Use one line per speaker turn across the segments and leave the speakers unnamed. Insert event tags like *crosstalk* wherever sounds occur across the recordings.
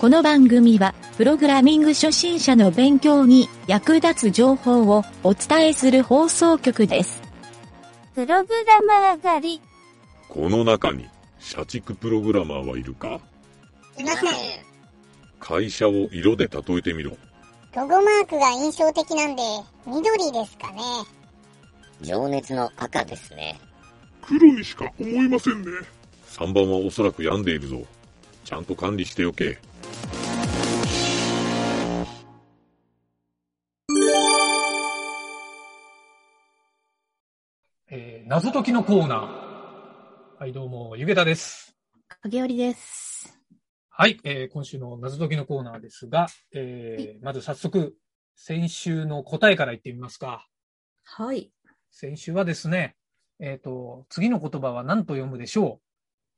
この番組は、プログラミング初心者の勉強に役立つ情報をお伝えする放送局です。
プログラマー狩り。
この中に、社畜プログラマーはいるか
いません。
会社を色で例えてみろ。
ロゴマークが印象的なんで、緑ですかね。
情熱の赤ですね。
黒にしか思いませんね。3番はおそらく病んでいるぞ。ちゃんと管理しておけ。
えー謎解きのコーナー。はい、どうも、ゆげたです。
影織です。
はい、えー今週の謎解きのコーナーですが、えーまず早速、先週の答えから言ってみますか。
はい。
先週はですね、えっ、と、次の言葉は何と読むでしょう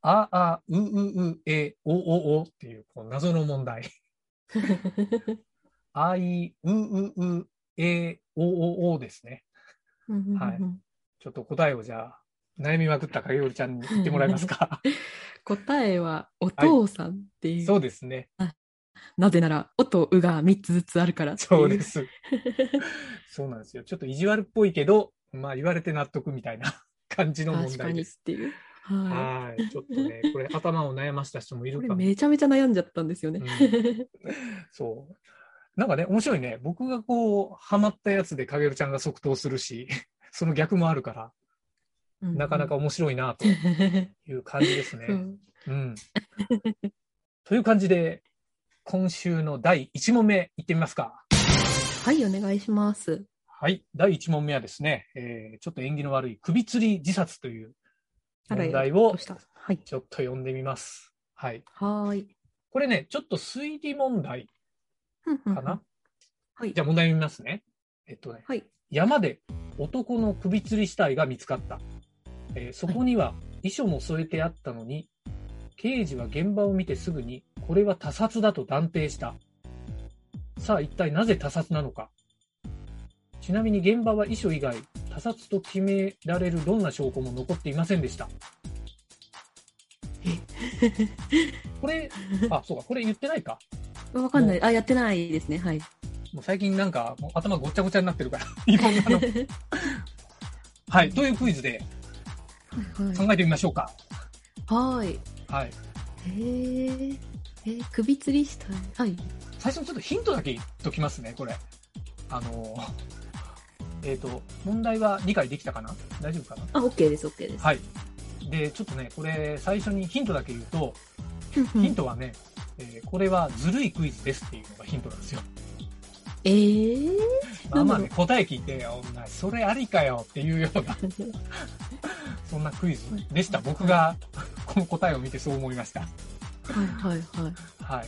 あ、あ、う、う、う、え、お、お、おっていう、こう謎の問題。 *laughs* あい、う、う、う、え、お、お、おですね。はいちょっと答えをじゃあ、悩みまくった影織ちゃんに言ってもらえますか。
答えはお父さんっていう、
そうですね。
なぜなら「お」と「う」が3つずつあるからっていう
そうです。そうなんですよ。ちょっと意地悪っぽいけど、まあ言われて納得みたいな *laughs* 感じの問
確か
題
に
で
っ
す。
ていう、は
はい。ちょっとね、これ頭を悩ました人もい
い、
る
これ
かも。
めちゃめちゃ悩んじゃったんですよね、
そう。なんかね、面白いね。僕がこう、ハマったやつで、かげるちゃんが即答するし、 *laughs* その逆もあるから、
*laughs*
なかなか面白いなという感じですね。
そう
うん。という感じで、今週の第1問目いってみますか。
はいお願いします
はい。第1問目はですね、えーちょっと縁起の悪い首吊り自殺という
あら
問題
ど
を
うしたはい
ちょっと読んでみます。はい。
はーい
これね、ちょっと推理問題
ふんふんふ
か
ん
な。
はい
じゃあ問題見ますね。えっとね、
はい
山で男の首吊り死体が見つかった。えーそこには遺書も添えてあったのに、刑事は現場を見てすぐに、これは他殺だと断定した。さあ一体なぜ他殺なのか。ちなみに現場は遺書以外、他殺と決められるどんな証拠も残っていませんでした。これ、あ、そうか、これ言ってないか。
わかんないあやってないですねはい
もう最近なんかもう頭ごっちゃごちゃになってるから、 *laughs* いろんなの。はい、というクイズで
はい
考えてみましょうか。
はいはい
はい。
へええー首吊りしたいはい
最初にちょっとヒントだけ言っときますね、これ。あのー、えっ、と、問題は理解できたかな大丈夫かな
あ OK です OK です
はい。で、ちょっとね、これ、最初にヒントだけ言うと、
ふんふん
ヒントはね、えーこれはずるいクイズですっていうのがヒントなんですよ。
えー、
まあまあ
な
ね、
ん
答え聞いて、お前、それありかよっていうような、そんなクイズでした。僕が、この答えを見てそう思いました。
はいはいはい
はい。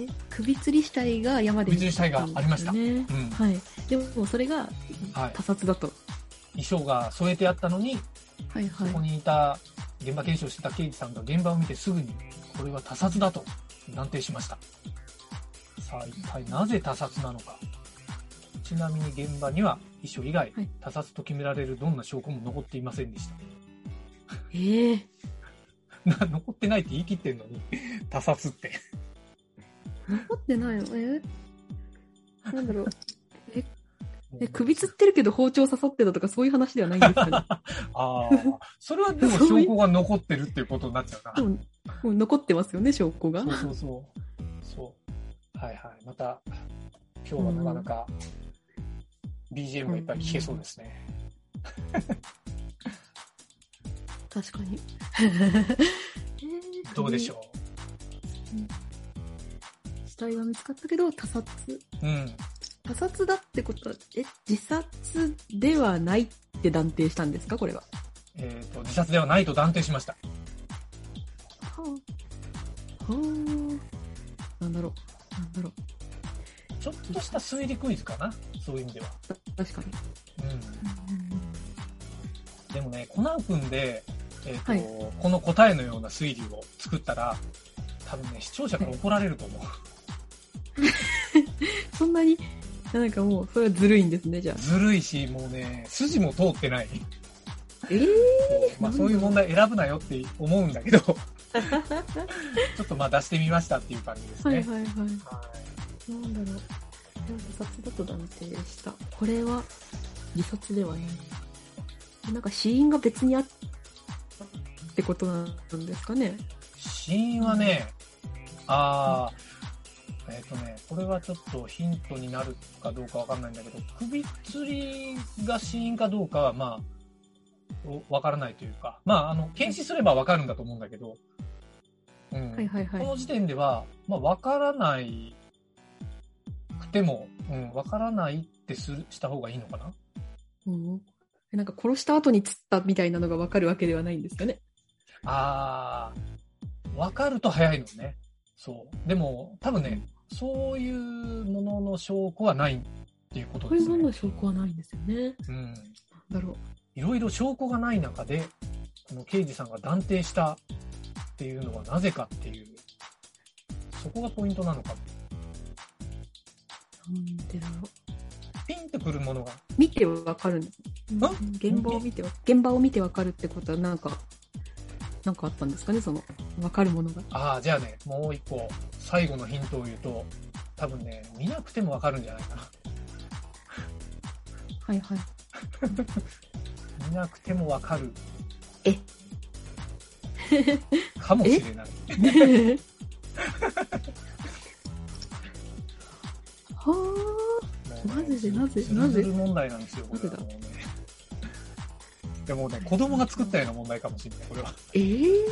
え首吊り死体が山で
首吊り死体がありました
見つかったんですよね
うん。
はい、でもそれが
はい
他。殺だと、
衣装が添えてあったのに、
はいは
そ
い
こにいた、現場検証してた刑事さんが現場を見てすぐに、これは他殺だと断定しました。さあ、一体なぜ他殺なのか。ちなみに現場には、遺書以外
はい、
他殺と決められるどんな証拠も残っていませんでした。 *laughs*
ええ
な残ってないって言い切ってんのに、 *laughs* 他殺って。
残ってないのえなんだろうえ首吊ってるけど包丁刺さってたとかそういう話ではないんですか
*laughs*
ね
ああ、それはでも証拠が残ってるっていうことになっちゃうな
で。ももう残ってますよね証拠が
そうそうそう。そう。はいはい。また、今日はなかなか、BGM がいっぱい聴けそうですね。
確か *laughs* に
どうでしょ
う死体は見つかったけど他殺
ううん。
他殺だってことはえ自殺ではないって断定したんですかこれは
えっ、と、自殺ではないと断定しました。
はあはあなんだろうなんだろ
ちょっとした推理クイズかな。そういう意味では。
う確かに
うん。でもね、コナン君で、えーと
はい
この答えのような推理を作ったら、多分ね、視聴者から怒られると思う。
そんなに、なんかもう、それはずるいんですね、じゃ
ずるいし、もうね、筋も通ってない。
あ。えー、
こうまあ、そういう問題選ぶなよって思うんだけ
*laughs*
ど、ちょっとまあ出してみましたっていう感じです
は
ね。
いはい
はい
はい。なんだろう。でも自殺だと断定した。これは、自殺ではない。なんか死因が別にあってことなんですかね。
死因はね、あー、えっ、とね、これはちょっとヒントになるかどうかわかんないんだけど、首吊りが死因かどうかは、まあ、おわからないというか、まあ、あの、検視すればわかるんだと思うんだけど、うん。
はいはいは
こ
い。
の時点では、まあ、わからないくても、うん、わからないってするした方がいいのかな
うんえなんか殺した後に釣ったみたいなのがわかるわけではないんですかね。
あー、わかると早いのね。そう。でも、多分ね、そういうものの証拠はないっていうこと
こう
で
い
す
うもの
ね
の。証拠はないんですよね。
うん。
なんだろう。
いろいろ証拠がない中で、この刑事さんが断定したっていうのはなぜかっていう、そこがポイントなのかも。
なんでだろう。
ピンとくるものが。
見てわかるんです。うん
あ
現場を見てわ、現場を見てわかるってことは、なんか、なんかあったんですかね、その、わかるものが。
ああ、じゃあね、もう一個、最後のヒントを言うと、多分ね、見なくてもわかるんじゃないかな。
はいはい。
見なくてもわかる。
え
かもしれない。
ねえはなぜなぜなぜ
ズルズル問題なんですよ、これは
なぜだ
もうね。でもね、子供が作ったような問題かもしれない、これは。
あ、えー、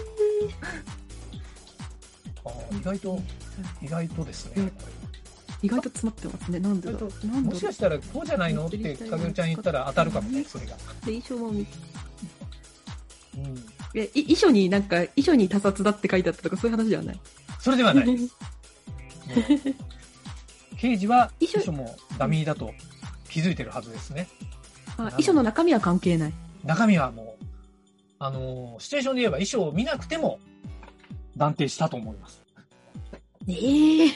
あー意外と、意外とですね。
意外と詰まってますね。なんでだろう。なん
も
で
し
だろ
かしたら、こうじゃないのって、かずるちゃん言ったら当たるかもね、それが。
う。で、衣装も見
うん。
え、い遺書になんか、遺書に他殺だって書いてあったとか、そういう話ではない。
それではないです。もう刑事 *laughs* は、遺
遺書
書もダミーだと気づいてるはずですね。
*laughs* あ遺書の中身は関係ない。
中身はもう、あのーシチュエーションで言えば衣装を見なくても断定したと思います。
ええ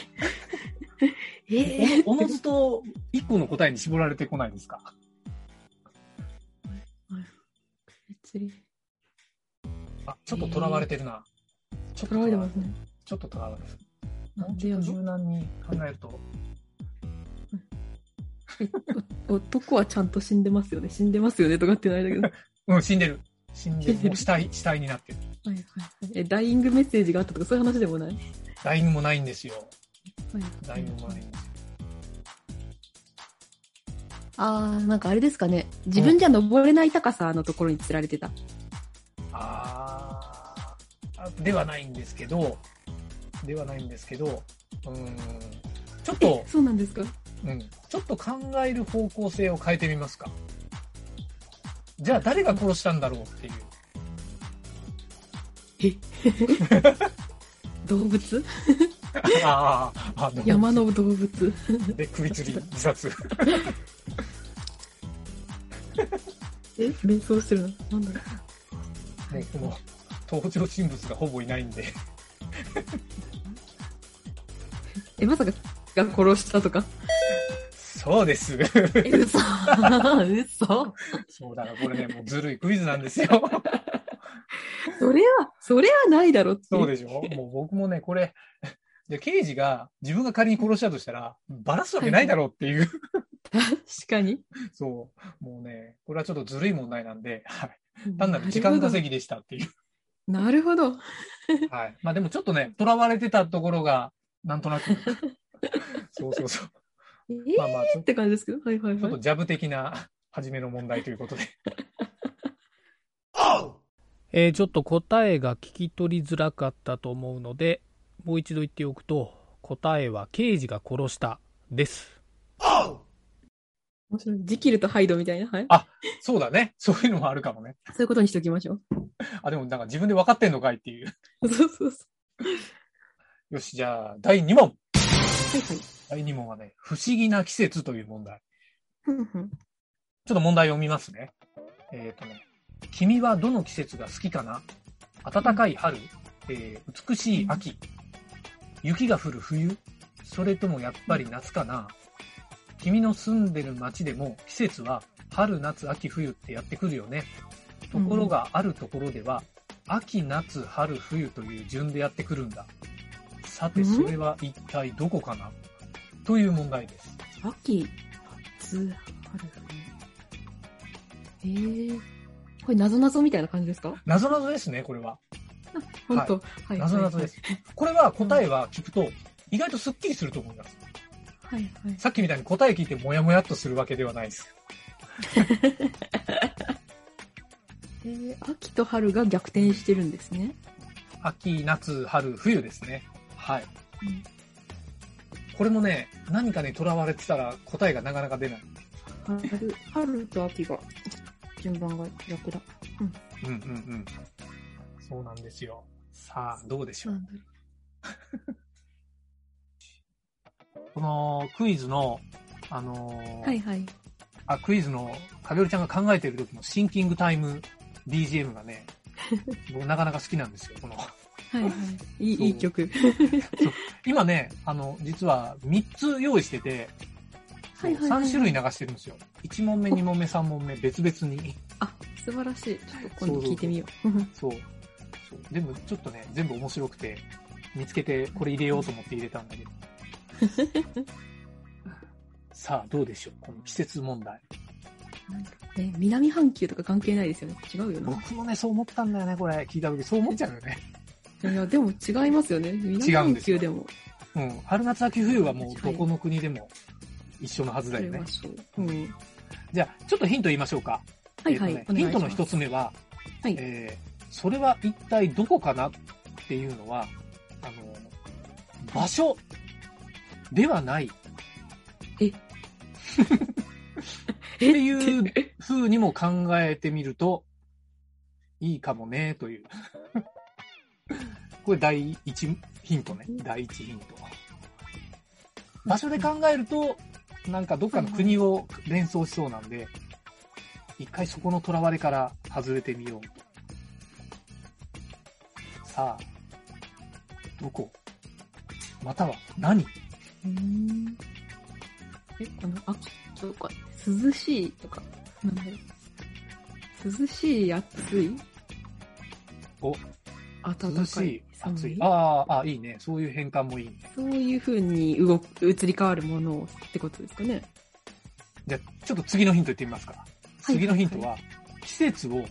ええ
おのずと一個の答えに絞られてこないですか
別に。
あ、ちょっと囚われてるな。ちょっと
捉えてますね。
ちょっと囚われてる。
な
もう
んで
ちょ
や
っと
ろ
柔軟に考えると、
男はちゃんと死んでますよね。死んでますよねとかってないんだけど。は
うん、死んでる。死んで *laughs*
死ん
る。
でる
もう死体、死体になってる。
いはい。え、ダイイングメッセージがあったとかそういう話でもないはい
ラインもないんですよ。ラ
は
イ
い
ンもないんですよ。
あー、なんかあれですかね。自分じゃ登れない高さのところに釣られてた。
あーあ、ではないんですけど、ではないんですけど、うーん、ちょっと
え、そうなんですか
うん、ちょっと考える方向性を変えてみますか。じゃあ誰が殺したんだろうっていう。
動物
あーあ、の
山の動物。
で首吊り自殺。
え瞑想してるのなんだろう。
もうこの登場人物がほぼいないんで、
え、まさか、が殺したとか。
そうです。
え、嘘。 *laughs* 嘘。
そうだからこれね、もうずるいクイズなんですよ。
それは、それはないだろってい
そうでしょもう僕もね、これ、で刑事が自分が仮に殺したとしたら、バラすわけないだろうって *laughs* いう。
確かに。
そう。もうね、これはちょっとずるい問題なんで、はい単なる時間稼ぎでしたっていう。
ぎ。なるほど。
はい。まあでもちょっとね、囚われてたところが、なんとな *laughs* く。そうそうそう。
え
まあまあ、ちょ
ーっ
ち
て感じですけど。はいはい
ょっ
は
と
い。
ジャブ的な初めの問題ということで。
えーちょっと答えが聞き取りづらかったと思うのでもう一度言っておくと答えは刑事が殺したです
面白い。ジキルとハイドみたいな。はい。
そうだね。そういうのもあるかもね。
そういうことにしておきましょ
あ、でもなんか自分で分かってんのかいっていう。
う。そうそうそ
よし、じゃあ、第2問。
う。はいはい。
第2問はね、不思議な季節という問題。
ふんふん
ちょっと問題を見ますね。えっ、とね、君はどの季節が好きかな暖かい春、えー美しい秋、雪が降る冬、それともやっぱり夏かな君の住んでる街でも季節は春、夏、秋、冬ってやってくるよね。ところがあるところでは、秋、夏、春、冬という順でやってくるんだ。さて、それは一体どこかなという問題です。
秋、夏、春。えー、これ、なぞなぞみたいな感じですか
なぞなぞですね、これは。
本当、はい。
なぞなぞです。これは答えは聞くと、意外とスッキリすると思います。
はい、はい。
さっきみたいに答え聞いてもやもやっとするわけではないです。
えー、秋と春が逆転してるんですね。
秋、夏、春、冬ですね。はい。
うん
これもね、何かにとらわれてたら答えがなかなか出ない。
春、春と秋が、順番が逆だ。
うんうんうん。そうなんですよ。さあ、どうでしょう。
なんだろ
このクイズの、あの
う
ー
はい、はい。
あ、クイズの影織ちゃんが考えてる時のシンキングタイム BGM が
*laughs*
ね、僕なかなか好きなんですよ。この
はい、はい。いい、いい曲。
今ね、あの、実は3つ用意してて、
はいはいはい
3種類流してるんですよ。1問目、2問目、3問目、別々に。
あ、素晴らしい。ちょっと今度聞いてみよう。
そう。そう全部、ちょっとね、全部面白くて、見つけて、これ入れようと思って入れたんだけど。
*laughs*
さあ、どうでしょうこの季節問題。
*laughs* ね、南半球とか関係ないですよね。違うよな。
僕もね、そう思ったんだよね、これ。聞いた時、そう思っちゃうよね。
いや、でも違いますよね。南半球でも
うん。春夏秋冬はもう、どこの国でも一緒のはずだ
取れ
よね
ま。しょう。うん。
じゃあ、ちょっとヒント言いましょうか。
はいはい。
えっとねヒントの一
つ。
つ目は、
はい
えーそれは一体どこかなっていうのは、あの、場所ではない。
え
っていう風にも考えてみると、いいかもね、という。これ第一ヒントね。第一ヒント。場所で考えると、なんかどっかの国を連想しそうなんで、一回そこの囚われから外れてみよう。さあ、どこまたは何
うんえ、この秋とか、涼しいとか、なんだろう涼しい、暑い
お、
暖
涼
か
し
い
い、、
寒
暑い。ああ、あいいね。そういう変換もいいね。
そういう風に動く、移り変わるものをってことですかね。
じゃあ、ちょっと次のヒント言ってみますか。
はい
次のヒントは、季節を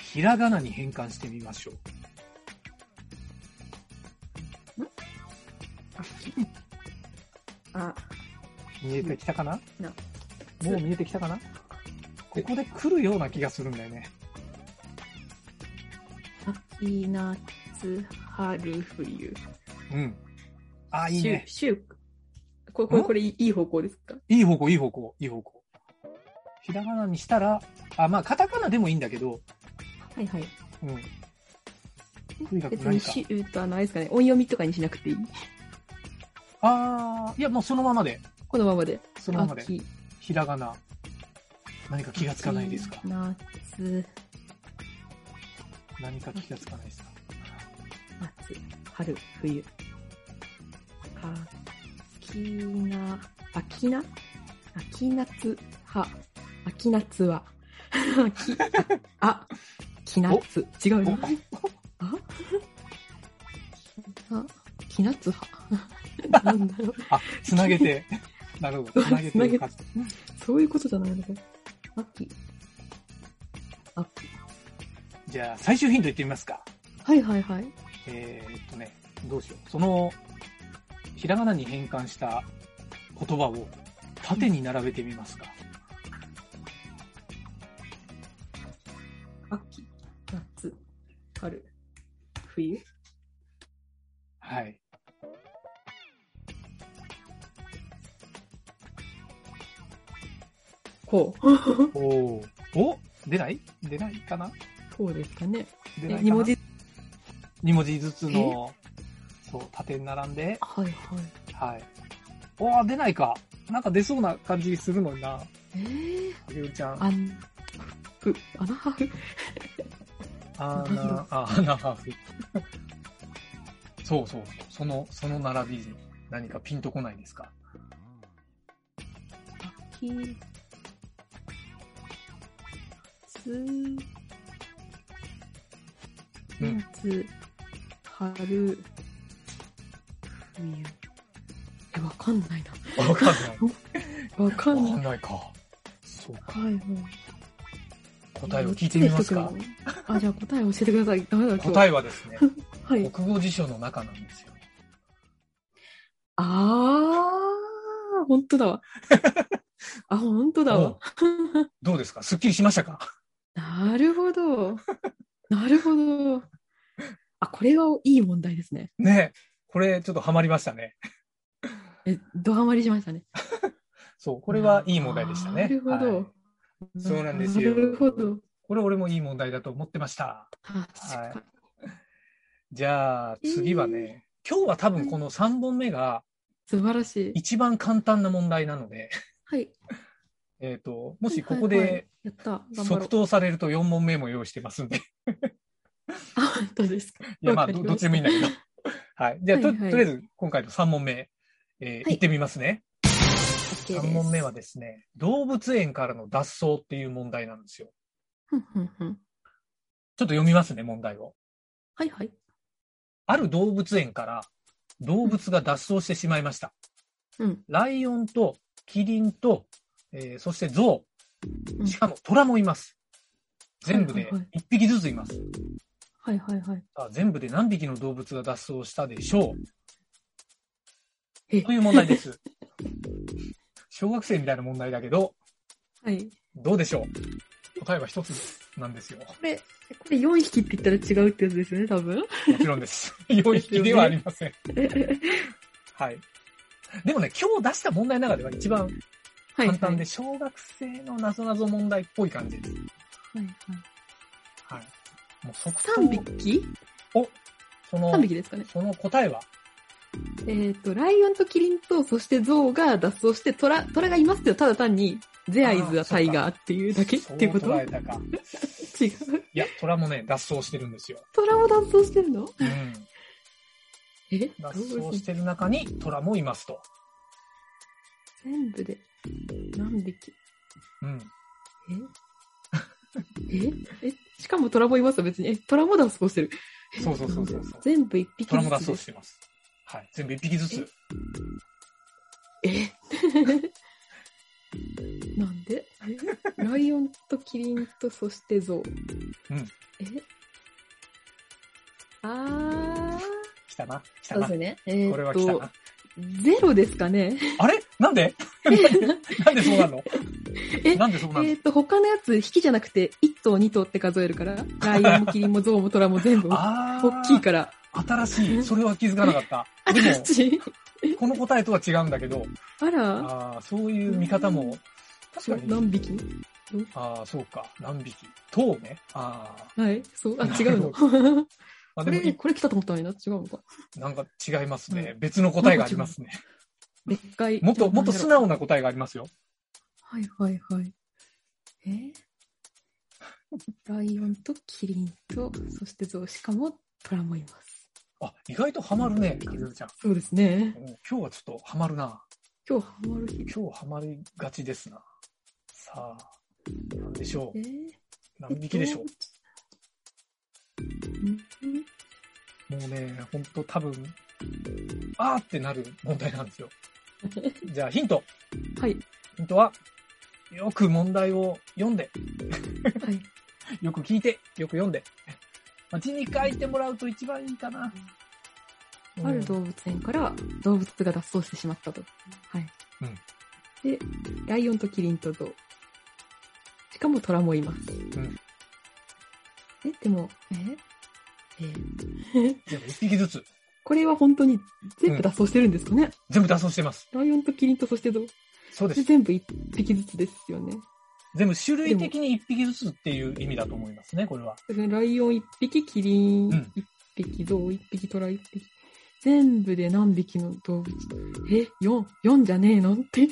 ひらがなに変換してみましょう。
あ、
見えてきたかな
な
もう見えてきたかなここで来るような気がするんだよね。
秋、夏、春、冬。
うん。ああ、いいね。
しゅ。これ、これ、これいい方向ですか
いい方向、いい方向、いい方向。ひらがなにしたら、あ、まあ、カタカナでもいいんだけど、
はいはい。
うん。とにかく
別
何
に
か。
しゅうとはないですかね。音読みとかにしなくていい。
あー、いや、もうそのままで、
このままで。
そのままで。
秋、
ひらがな。何か気がつかないですか
夏、
何か気がつかないですか
夏、春、冬。秋な、秋な秋夏、は、秋夏は。 *laughs* 秋、あ、秋夏。違うな。ああ、秋夏は。 *laughs* なんだろう。
あ、つなげて。 *laughs* なるほど。つなげて
つなげ
る
て
感じ。
そういうことじゃないのか。秋。秋。
じゃあ、最終ヒント言ってみますか。
はいはいはい。
えーっとね、どうしよう。その、ひらがなに変換した言葉を縦に並べてみますか。
秋、夏、春、冬。
はい。
こう。
おお。お出ない出ないかな
こうですかね。
出ないかな
二文字。
二文字ずつの、そう、縦に並んで、
はいはい。
はい。おー、出ないか。なんか出そうな感じするのにな。
えー、
あげおりちゃん。
あん、ふ、あなはふ。
あー
なん
な *laughs*
だ、
あーなはふ。そうそうそう。その、その並びに何かピンとこないですか
き、つ、
うん
夏、春、冬。え、わかんないな。
わかんない。
わかん
わ
な
か
い。
んないか。そうか。
はいはい。
答えを聞いてみますか。
あ、じゃあ答え教えてください。ダメだ、今日。
答
え
えはですね、
はい。
国語辞書の中なんですよ。
あー、本当
*laughs*
だわ。あ、本当だ
うん
わ。
どうですかすっきりしましたか *laughs*
なるほど。なるほど。あ、これはいい問題ですね。
ねえこれちょっとハマりましたね。
え、ドハマりしましたね。
そう、これはいい問題でしたね。
なるほ
はい
ど。
そうなんですよ
なるほど。
これ俺もいい問題だと思ってました。
確か
じゃあ次はね、今日は多分この3本目が
素晴らしい。
一番簡単な問題なので、
はい。
えっと、もしここで
は
はい
はいやった。頑張ろ
即
う。
答されると4問目も用意してますんで、い
あ、どうですか。
やまあ
わかり
ど
ました
どっちでもいいんだけ
*laughs*
ど。はい。じゃあと,、
はいはい
とりあえず今回の3問目、えー
は
い
い
ってみますね。
OK です
3問目は。ですね、動物園からの脱走っていう問題なんですよ。
ふんふんふん
ちょっと読みますね、問題を。
はいはい。
ある動物園から動物が脱走してしまいました。
うん。
ライオンとキリンと、えーそしてゾ
う
ウ、
ん
しかもトラもいます。全部
は
で
いはいはい
1匹ずついます。
はいはいはい。
さあ全部で何匹の動物が脱走したでしょ
え
うという問題です。 *laughs* 小学生みたいな問題だけど、
はい。
どうでしょう答えは一つなんですよ。
これ4匹って言ったら違うってやつですよね、多分。
もちろん
*laughs*
です。4匹ではありません。はい。でもね、今日出した問題の中では一番
はい。。
簡単です小学生のなぞなぞ問題っぽい感じです。
はいはい。
はい。もう即答
3匹
お、その
?3、匹ですかね。
その答えは、
えっ、と、ライオンとキリンと、そしてゾウが脱走して、トラ、トラがいますよ。ただ単に、ゼアイズはタイガーっていうだけっ
そう
ていうこと
捉
違
え
う。
たか。いや、虎もね、脱走してるんですよ。
トラも脱走してるの
うん。
え
脱
どう
走してる中に虎もいますと。
全部で、何匹
うん。
え *laughs* ええしかもトラもいますよ、別に。え、トラも脱走してる。
そうそうそうそうそう。
全部一匹ずつ
虎も脱
で
走してます。はい。全部一匹ずつ。 *laughs*
えなんでえライオンとキリンとそしてゾウ。
うん
えあ
来たな。来
ー、
た
そうで
な
す。ね。え
これ
ー
は
っ
来た
と
な、。
ゼロですかね。
あれなん
*laughs*
でなんでそうなの
え
なんでそう
え
なの
ーっと、他のやつ、引きじゃなくて、1頭、2頭って数えるから、ライオンもキリンもゾウもトラも全部大
あー
きいから。
新しい。それは気づかなか
*laughs*
った。で
あ
も
っ、ち
この答えとは違うんだけど、
あら、
ああ、そういう見方も、確かに。
何匹
ああ、そうか。何匹。塔ね。ああ。
はい、そう、あ、違うの。
*laughs* あ
こ
でも
れ、
い、
これ来たと思ったのにな、違うのか。
なんか違いますね。別の答えがありますね。
でっかい。
もっと、もっと素
砂
直な答えがありますよ。
はいはいはい。えライオンとキリンと、そしてゾウ、しかもトラもいます。
あ、意外とハマるね、かずるちゃん。
そうですね。
うん今日はちょっとハマるな。
今日ハマる日。
今日ハマりがちですな。さあ、何でしょ
え
う。
ー、
何匹でしょう。
うん
もうね、ほんと多分、あーってなる問題なんです
*laughs*
よ。じゃあヒント。
はい、
ヒントは、よく問題を読んで、 *laughs*
はい。
よく聞いて、よく読んで。まあ字に書いてもらうと一番いいかな。
ある動物園から動物が脱走してしまったと。はい。
うん
で、ライオンとキリンとゾウ。しかもトラもいます。
ん
え、でも、ええ
全部一匹ずつ。
これは本当に全部脱走してるんですかね、
全部脱走してます。
ライオンとキリンとそしてゾウ。
そうで。
です全部一匹ずつですよね。
全部種類的に一匹ずつっていう意味だと思いますね、これは。
ライオン一匹、キリン
うん
一匹、ゾウ一匹、トラ一匹。全部で何匹の動物え、4、4じゃねえのっていう。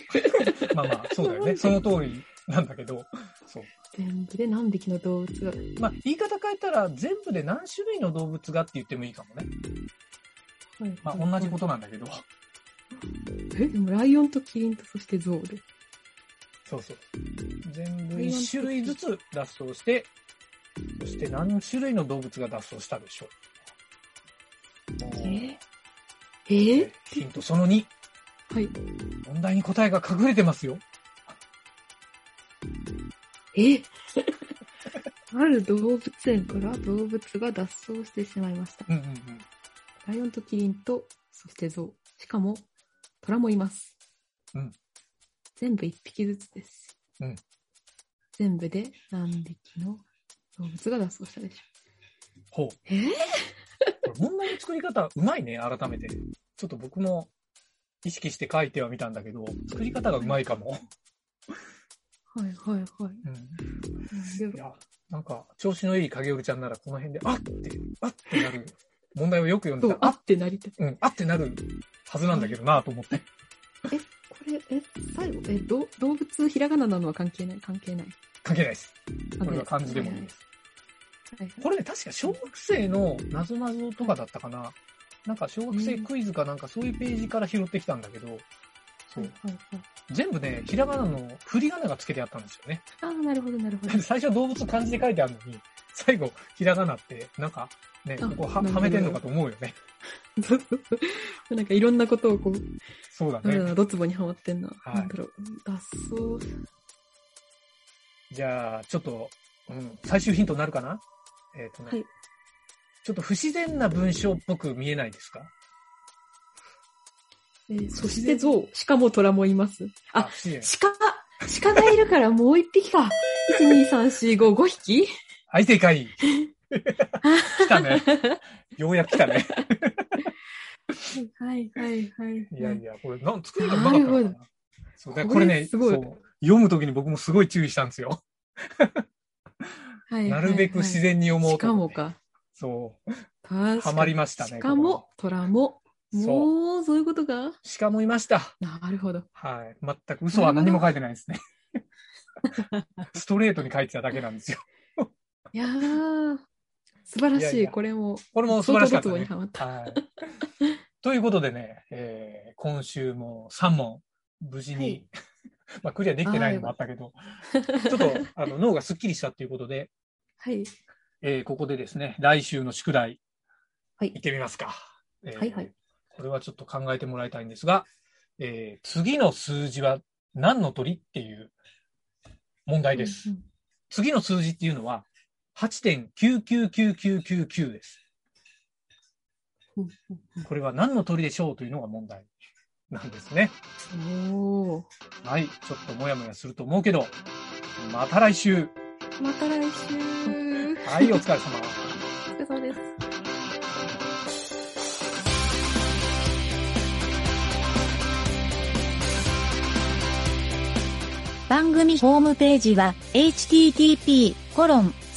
まあまあ、そうだよ
*laughs*
ね。その通りなんだけど。そう。
全部で何匹の動物が。
まあ、言い方変えたら、全部で何種類の動物がって言ってもいいかもね。まあ、同じことなんだけど。
え、でもライオンとキリンとそしてゾウで。
そうそう。全部一種類ずつ脱走して、そして何種類の動物が脱走したでしょう
ええ
ヒントその2。
はい。
問題に答えが隠れてますよ。
え *laughs* ある動物園から動物が脱走してしまいました。
うんうんうん。
ライオンとキリンと、そしてゾウ。しかも、トラもいます。
うん。
全部一匹ずつです。
うん。
全部で何匹の動物が脱走したでしょ
ほう。
う。えー、
これ問題の作り方、うまいね、改めて。ちょっと僕も意識して書いてはみたんだけど、作り方がうまいかも。
はいはい
う
はい。
ん。
うん
い
でも
や、なんか、調子のいい影織ちゃんならこの辺で、あっって、あっってなる。問題をよく読ん
そ
で
う、
た。
あ
あ
ってなりたい。
うん、あってなるはずなんだけどなと思って。
これ、え、最後、え、ど動物ひらがななのは関係ない関係ない。
関係ないです。
関係ない
これは漢字でもいいです。
はいはい
これね、確か小学生のなぞなぞとかだったかな。なんか小学生クイズかなんかそういうページから拾ってきたんだけど、そう
はい。はいはい。
全部ね、ひらがなの振り仮名がつけてあったんですよね。 *laughs*
ああ、なるほどなるほど。 *laughs*
最初動物漢字で書いてあるのに、最後、ひらがなって、なんか、ね、
あ
ここは
なるほど
はめてんのかと思うよね。
そうそうそうなんかいろんなことをこう、
そうだ
なんだろ
ね。
う、ドツボにはまってんな。
はい
なんだろう、脱走。
じゃあ、ちょっと、うん、最終ヒントになるかなえっ、とね、
はい
ちょっと不自然な文章っぽく見えないですか
えーそして象、鹿も虎もいます。あ
不自然。
鹿、鹿がいるからもう一匹 *laughs* か。1、2、3、4、5、5匹 *laughs*
はい、正解。来たね。ようやく来たね。
はいはいはい。
いやいや、これ、なん作りがうまかったのか
なる
な
ほ
そうだから
これ
これね、
すごい
そう読むときに僕もすごい注意したんですよ。
はい
なるべく自然に読もう
し
と
か
思っ
も
て。
か。
そう。
確かに
ハマりましたね
鹿も虎も。
そう。
もう、そういうことか。
鹿もいました。
なるほど。
はい。全く嘘は何も書いてないですね。
*laughs*
ストレートに書いてただけなんですよ。
いやー。素晴らしい、
いやいや
これも。
これも素晴らしかったね
相当ドツボにはまった。
はい。ということでね、えー今週も3問、無事に、
はい
*laughs* まあクリアできてないのもあったけど、ちょっとあの脳がすっきりしたということで、
はい。
えーここでですね、来週の宿題、
はい
行ってみますか、えー
はいはい
これはちょっと考えてもらいたいんですが、えー次の数字は何の鳥っていう問題です。
うんうん
次の数字っていうのは、8.999999です。
うんうん
これは何の鳥でしょうというのが問題なんですね。
お
はい。ちょっともやもやすると思うけど、また来週。
ーまた来週。
はい、お疲れ様。
お疲れ様です。
番組ホームページは http://mynt.world.radio/. コロン